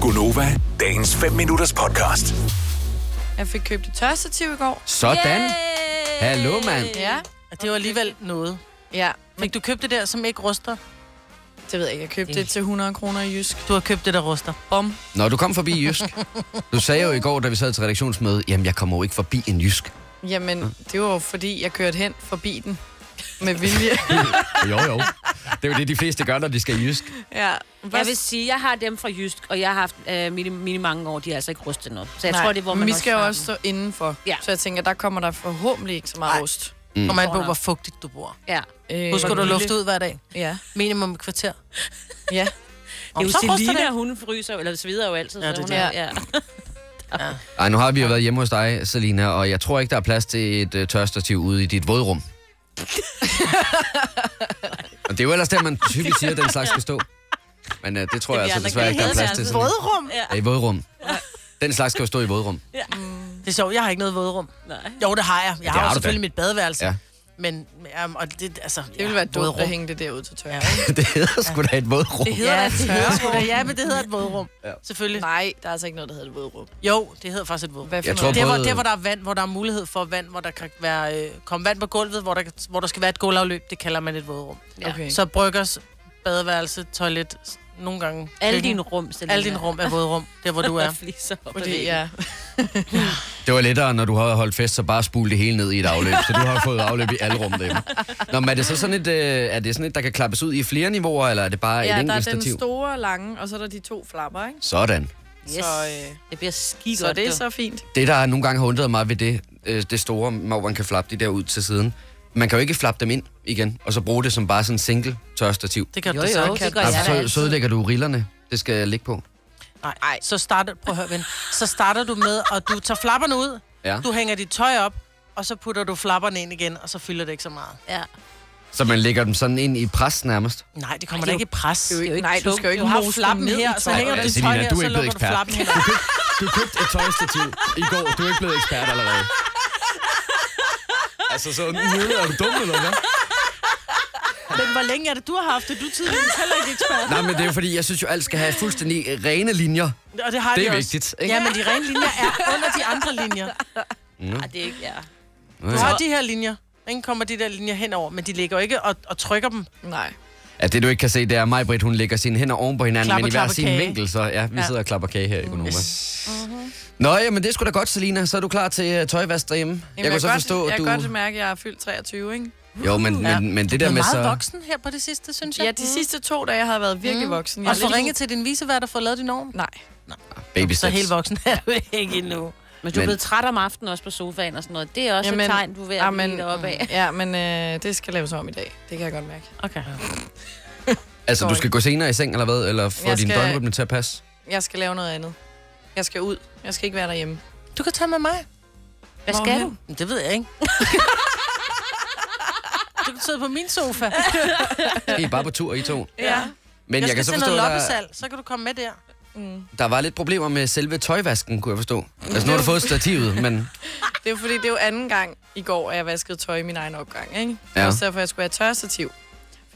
Gunova, dagens 5 minutters podcast. Jeg fik købt et tørstativ i går. Sådan. Hallo, mand. Ja, Og det var alligevel noget. ja. Fik du købt det der, som ikke ruster? Det ved jeg ikke. Jeg købte det til 100 kroner i Jysk. Du har købt det, der ruster. Bom. Når du kom forbi Jysk, du sagde jo i går, da vi sad til redaktionsmøde, jamen jeg kommer jo ikke forbi en Jysk. Jamen, det var jo fordi, jeg kørte hen forbi den. Med vilje. Jo, jo. Det er jo det, de fleste gør, når de skal i Jysk. ja. Jeg vil sige, jeg har dem fra Jysk, og jeg har haft øh, mine, mine mange år, de er altså ikke rustet noget. Så jeg Nej, tror, det er, hvor man vi skal jo har også stå indenfor. Ja. Så jeg tænker, der kommer der forhåbentlig ikke så meget Ej. ost. Mm. Og man på, hvor fugtigt du bor. den. Ja. Øh, Husk, at du lufte ud hver dag. Ja. Minimum et kvarter. Det ja. Det er jo så ruster Selina, det. hun fryser, jo- eller svider jo altid. Ja, så det er hun det. er- ja. Ej, nu har vi jo været hjemme hos dig, Selina, og jeg tror ikke, der er plads til et uh, tørstativ ude i dit vådrum. og det er jo ellers der, man typisk siger, at den slags skal stå. Men uh, det tror jeg altså andre desværre kan ikke, der er hedde plads det til. altså. Sådan. Vådrum? Ja, i vådrum. Den slags skal jo stå i vådrum. Det er sjovt, jeg har ikke noget vådrum. Nej. Jo, det har jeg. Jeg har du har jo da. selvfølgelig mit badeværelse. Ja. Ja. Men, um, og det, altså... Det ville være dumt at hænge det derud til tørre. det hedder sgu da et vådrum. Det hedder Ja, ja, det tørre hedder sgu da, ja, men det hedder et vådrum. Ja. Selvfølgelig. Nej, der er altså ikke noget, der hedder det vådrum. Jo, det hedder faktisk et vådrum. Hvad for Jeg noget? tror Det var både- der, hvor der er vand, hvor der er mulighed for vand, hvor der kan være, øh, komme vand på gulvet, hvor der, kan- hvor der skal være et gulvafløb. Det kalder man et vådrum. Ja. Okay. Så bryggers, badeværelse, toilet, s- nogle gange... Alle køkken. dine rum, Selina. Alle dine rum er vådrum, der hvor du er. er fliser op ad Fordi, væggen. ja. Det var lettere, når du har holdt fest, så bare spule det hele ned i et afløb. Så du har fået afløb i alle rum derhjemme. Nå, men er det så sådan et, øh, er det sådan et, der kan klappes ud i flere niveauer, eller er det bare et ja, der enkelt er den stativ? store lange, og så er der de to flapper, ikke? Sådan. Yes. Så, øh, det bliver skidt Så det er så fint. Det, der nogle gange har undret mig ved det, øh, det store, hvor man kan flappe de der ud til siden. Man kan jo ikke flappe dem ind igen, og så bruge det som bare sådan en single tørstativ. Det kan Jo, du jo, så det ikke. gør jeg da Altså, så, så altid. ødelægger du rillerne. Det skal ligge på. Nej, så starter, prøv at høre, ven. Så starter du med, og du tager flapperne ud, Ja. du hænger dit tøj op, og så putter du flapperne ind igen, og så fylder det ikke så meget. Ja. Så man lægger dem sådan ind i pres nærmest. Nej, det kommer da ikke i pres. Det er jo ikke Nej, du tungt. skal jo ikke Du har mose flappen den ned her, i så tøjet. hænger du dit Altså, Selina, tøj her, du er så ikke blevet lukker du ekspert. flappen her. Du købte et tøjstativ i går. Du er ikke blevet ekspert allerede. Altså, så nede er du dum, eller hvad? Men hvor længe er det, du har haft det? Du er tydeligvis heller ikke ekspert. Nej, men det er jo fordi, jeg synes jo, alt skal have fuldstændig øh, rene linjer. Og det har Det de er også. vigtigt, ikke? Ja, men de rene linjer er under de andre linjer. Nej, det er ikke, ja. Du har de her linjer. Ingen kommer de der linjer henover, men de ligger jo ikke og, og trykker dem. Nej. Ja, det du ikke kan se, det er, at Majbrit, hun lægger sine hænder oven på hinanden, Klapper, men i hver klapper sin kage. vinkel, så ja, vi Ja. Mhm. sidder og klapper kage her i Gonova. Nå, jamen det er sgu da godt, Selina. Så er du klar til øh, tøjvask derhjemme. jeg kunne kan så godt, forstå, jeg at du... kan godt mærke, at jeg er fyldt 23, ikke? Jo, men, Ja. men, men det Du der er med meget så... voksen her på det sidste, synes jeg. Mm. Ja, de sidste to dage har jeg været virkelig voksen. Jeg Og er få lidt- ringet til din visevært og få lavet din norm. Nej. Baby Så helt steps. voksen er du ikke endnu. Men du er Men- blevet træt om aftenen også på sofaen og sådan noget. Det er også et tegn, du er ved at blive deroppe af. Ah, Ja, men øh, det skal laves om i dag. Det kan jeg godt mærke. Okay. Altså, du skal gå senere i seng, eller hvad? Eller få Jeg din skal- døgnrytme til at passe? Jeg skal lave noget andet. Jeg skal ud. Jeg skal ikke være derhjemme. Du kan tage med mig. Hvad skal du? Hvorhen? Men Det ved jeg ikke. du kan sidde på min sofa. I er bare på tur, I to. Ja. Men jeg, Jeg skal kan så til forstå, der, noget loppesal, så kan du komme med der. der var lidt problemer med selve tøjvasken, kunne jeg forstå. Altså, nu har du fået stativet, men... Det er jo fordi, det er jo anden gang i går, at jeg vaskede tøj i min egen opgang, ikke? Ja. Ja. Også derfor, jeg skulle have et tørstativ.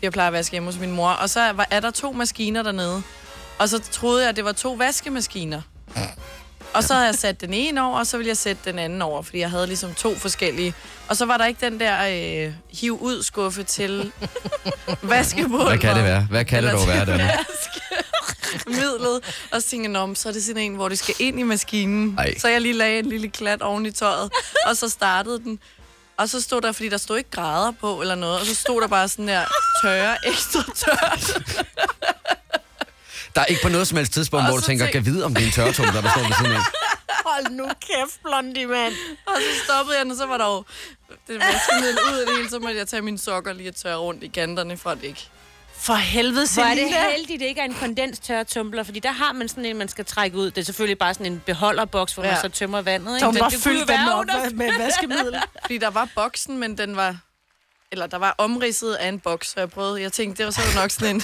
Jeg plejer at vaske hjemme hos min mor. Og så var, er der to maskiner dernede. Og så troede jeg, at det var to vaskemaskiner. Og så havde jeg sat den ene over, og så ville jeg sætte den anden over, fordi jeg havde ligesom to forskellige. Og så var der ikke den der øh, hiv-ud-skuffe til vaskepulver. Hvad kan det være? Hvad kan det Eller dog være, til Danne? vaskemidlet. Og så tænkte jeg, "Nå, men så er det sådan en, hvor det skal ind i maskinen. Ej. Så jeg lige lagde en lille klat oven i tøjet, og så startede den. Og så stod der, fordi der stod ikke grader på eller noget, og så stod der bare sådan der tørre, ekstra tørre. Der er ikke på noget som helst tidspunkt, Og hvor du så tænker, tænk- kan vide, om det er en tørretum, der består ved siden af. Hold nu kæft, blondie mand. Og så stoppede jeg den, og så var der jo det vaskemiddel ud af det hele, så måtte jeg tage mine sokker lige og tørre rundt i kanterne, for at det ikke. For helvede, Hvor er Selina. det heldigt, det ikke er en kondenstørretumbler, fordi der har man sådan en, man skal trække ud. Det er selvfølgelig bare sådan en beholderboks, hvor ja. Ja. man så tømmer vandet. Ikke? Tom Men var det kunne jo fyldt være den op under- med vaskemiddel. Fordi der var boksen, men den var... Eller der var omridset af en boks, så jeg prøvede... Jeg tænkte, det var så nok sådan en...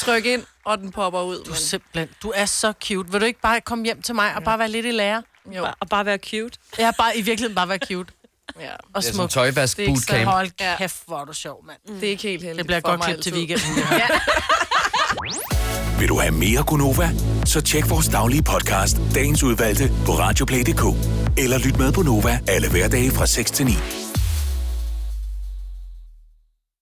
Tryk ind, og den popper ud. Du er Men simpelthen, du er så cute. Vil du ikke bare komme hjem til mig og bare være lidt i lære? jo, Og bare være cute. Ja, bare, i virkeligheden bare være cute ja. og Det er sådan en smuk. Altså, tøjvask Det er ikke så bootcamp. Hold Ja. kæft, hvor er du sjov, mand. Det er ikke helt heldigt Det bliver et for godt mig klip til altid. weekenden. Ja. Vil du have mere Gunova? Så tjek vores daglige podcast, dagens udvalgte, på radioplay.dk. Eller lyt med på Nova alle hverdage fra 6 til 9.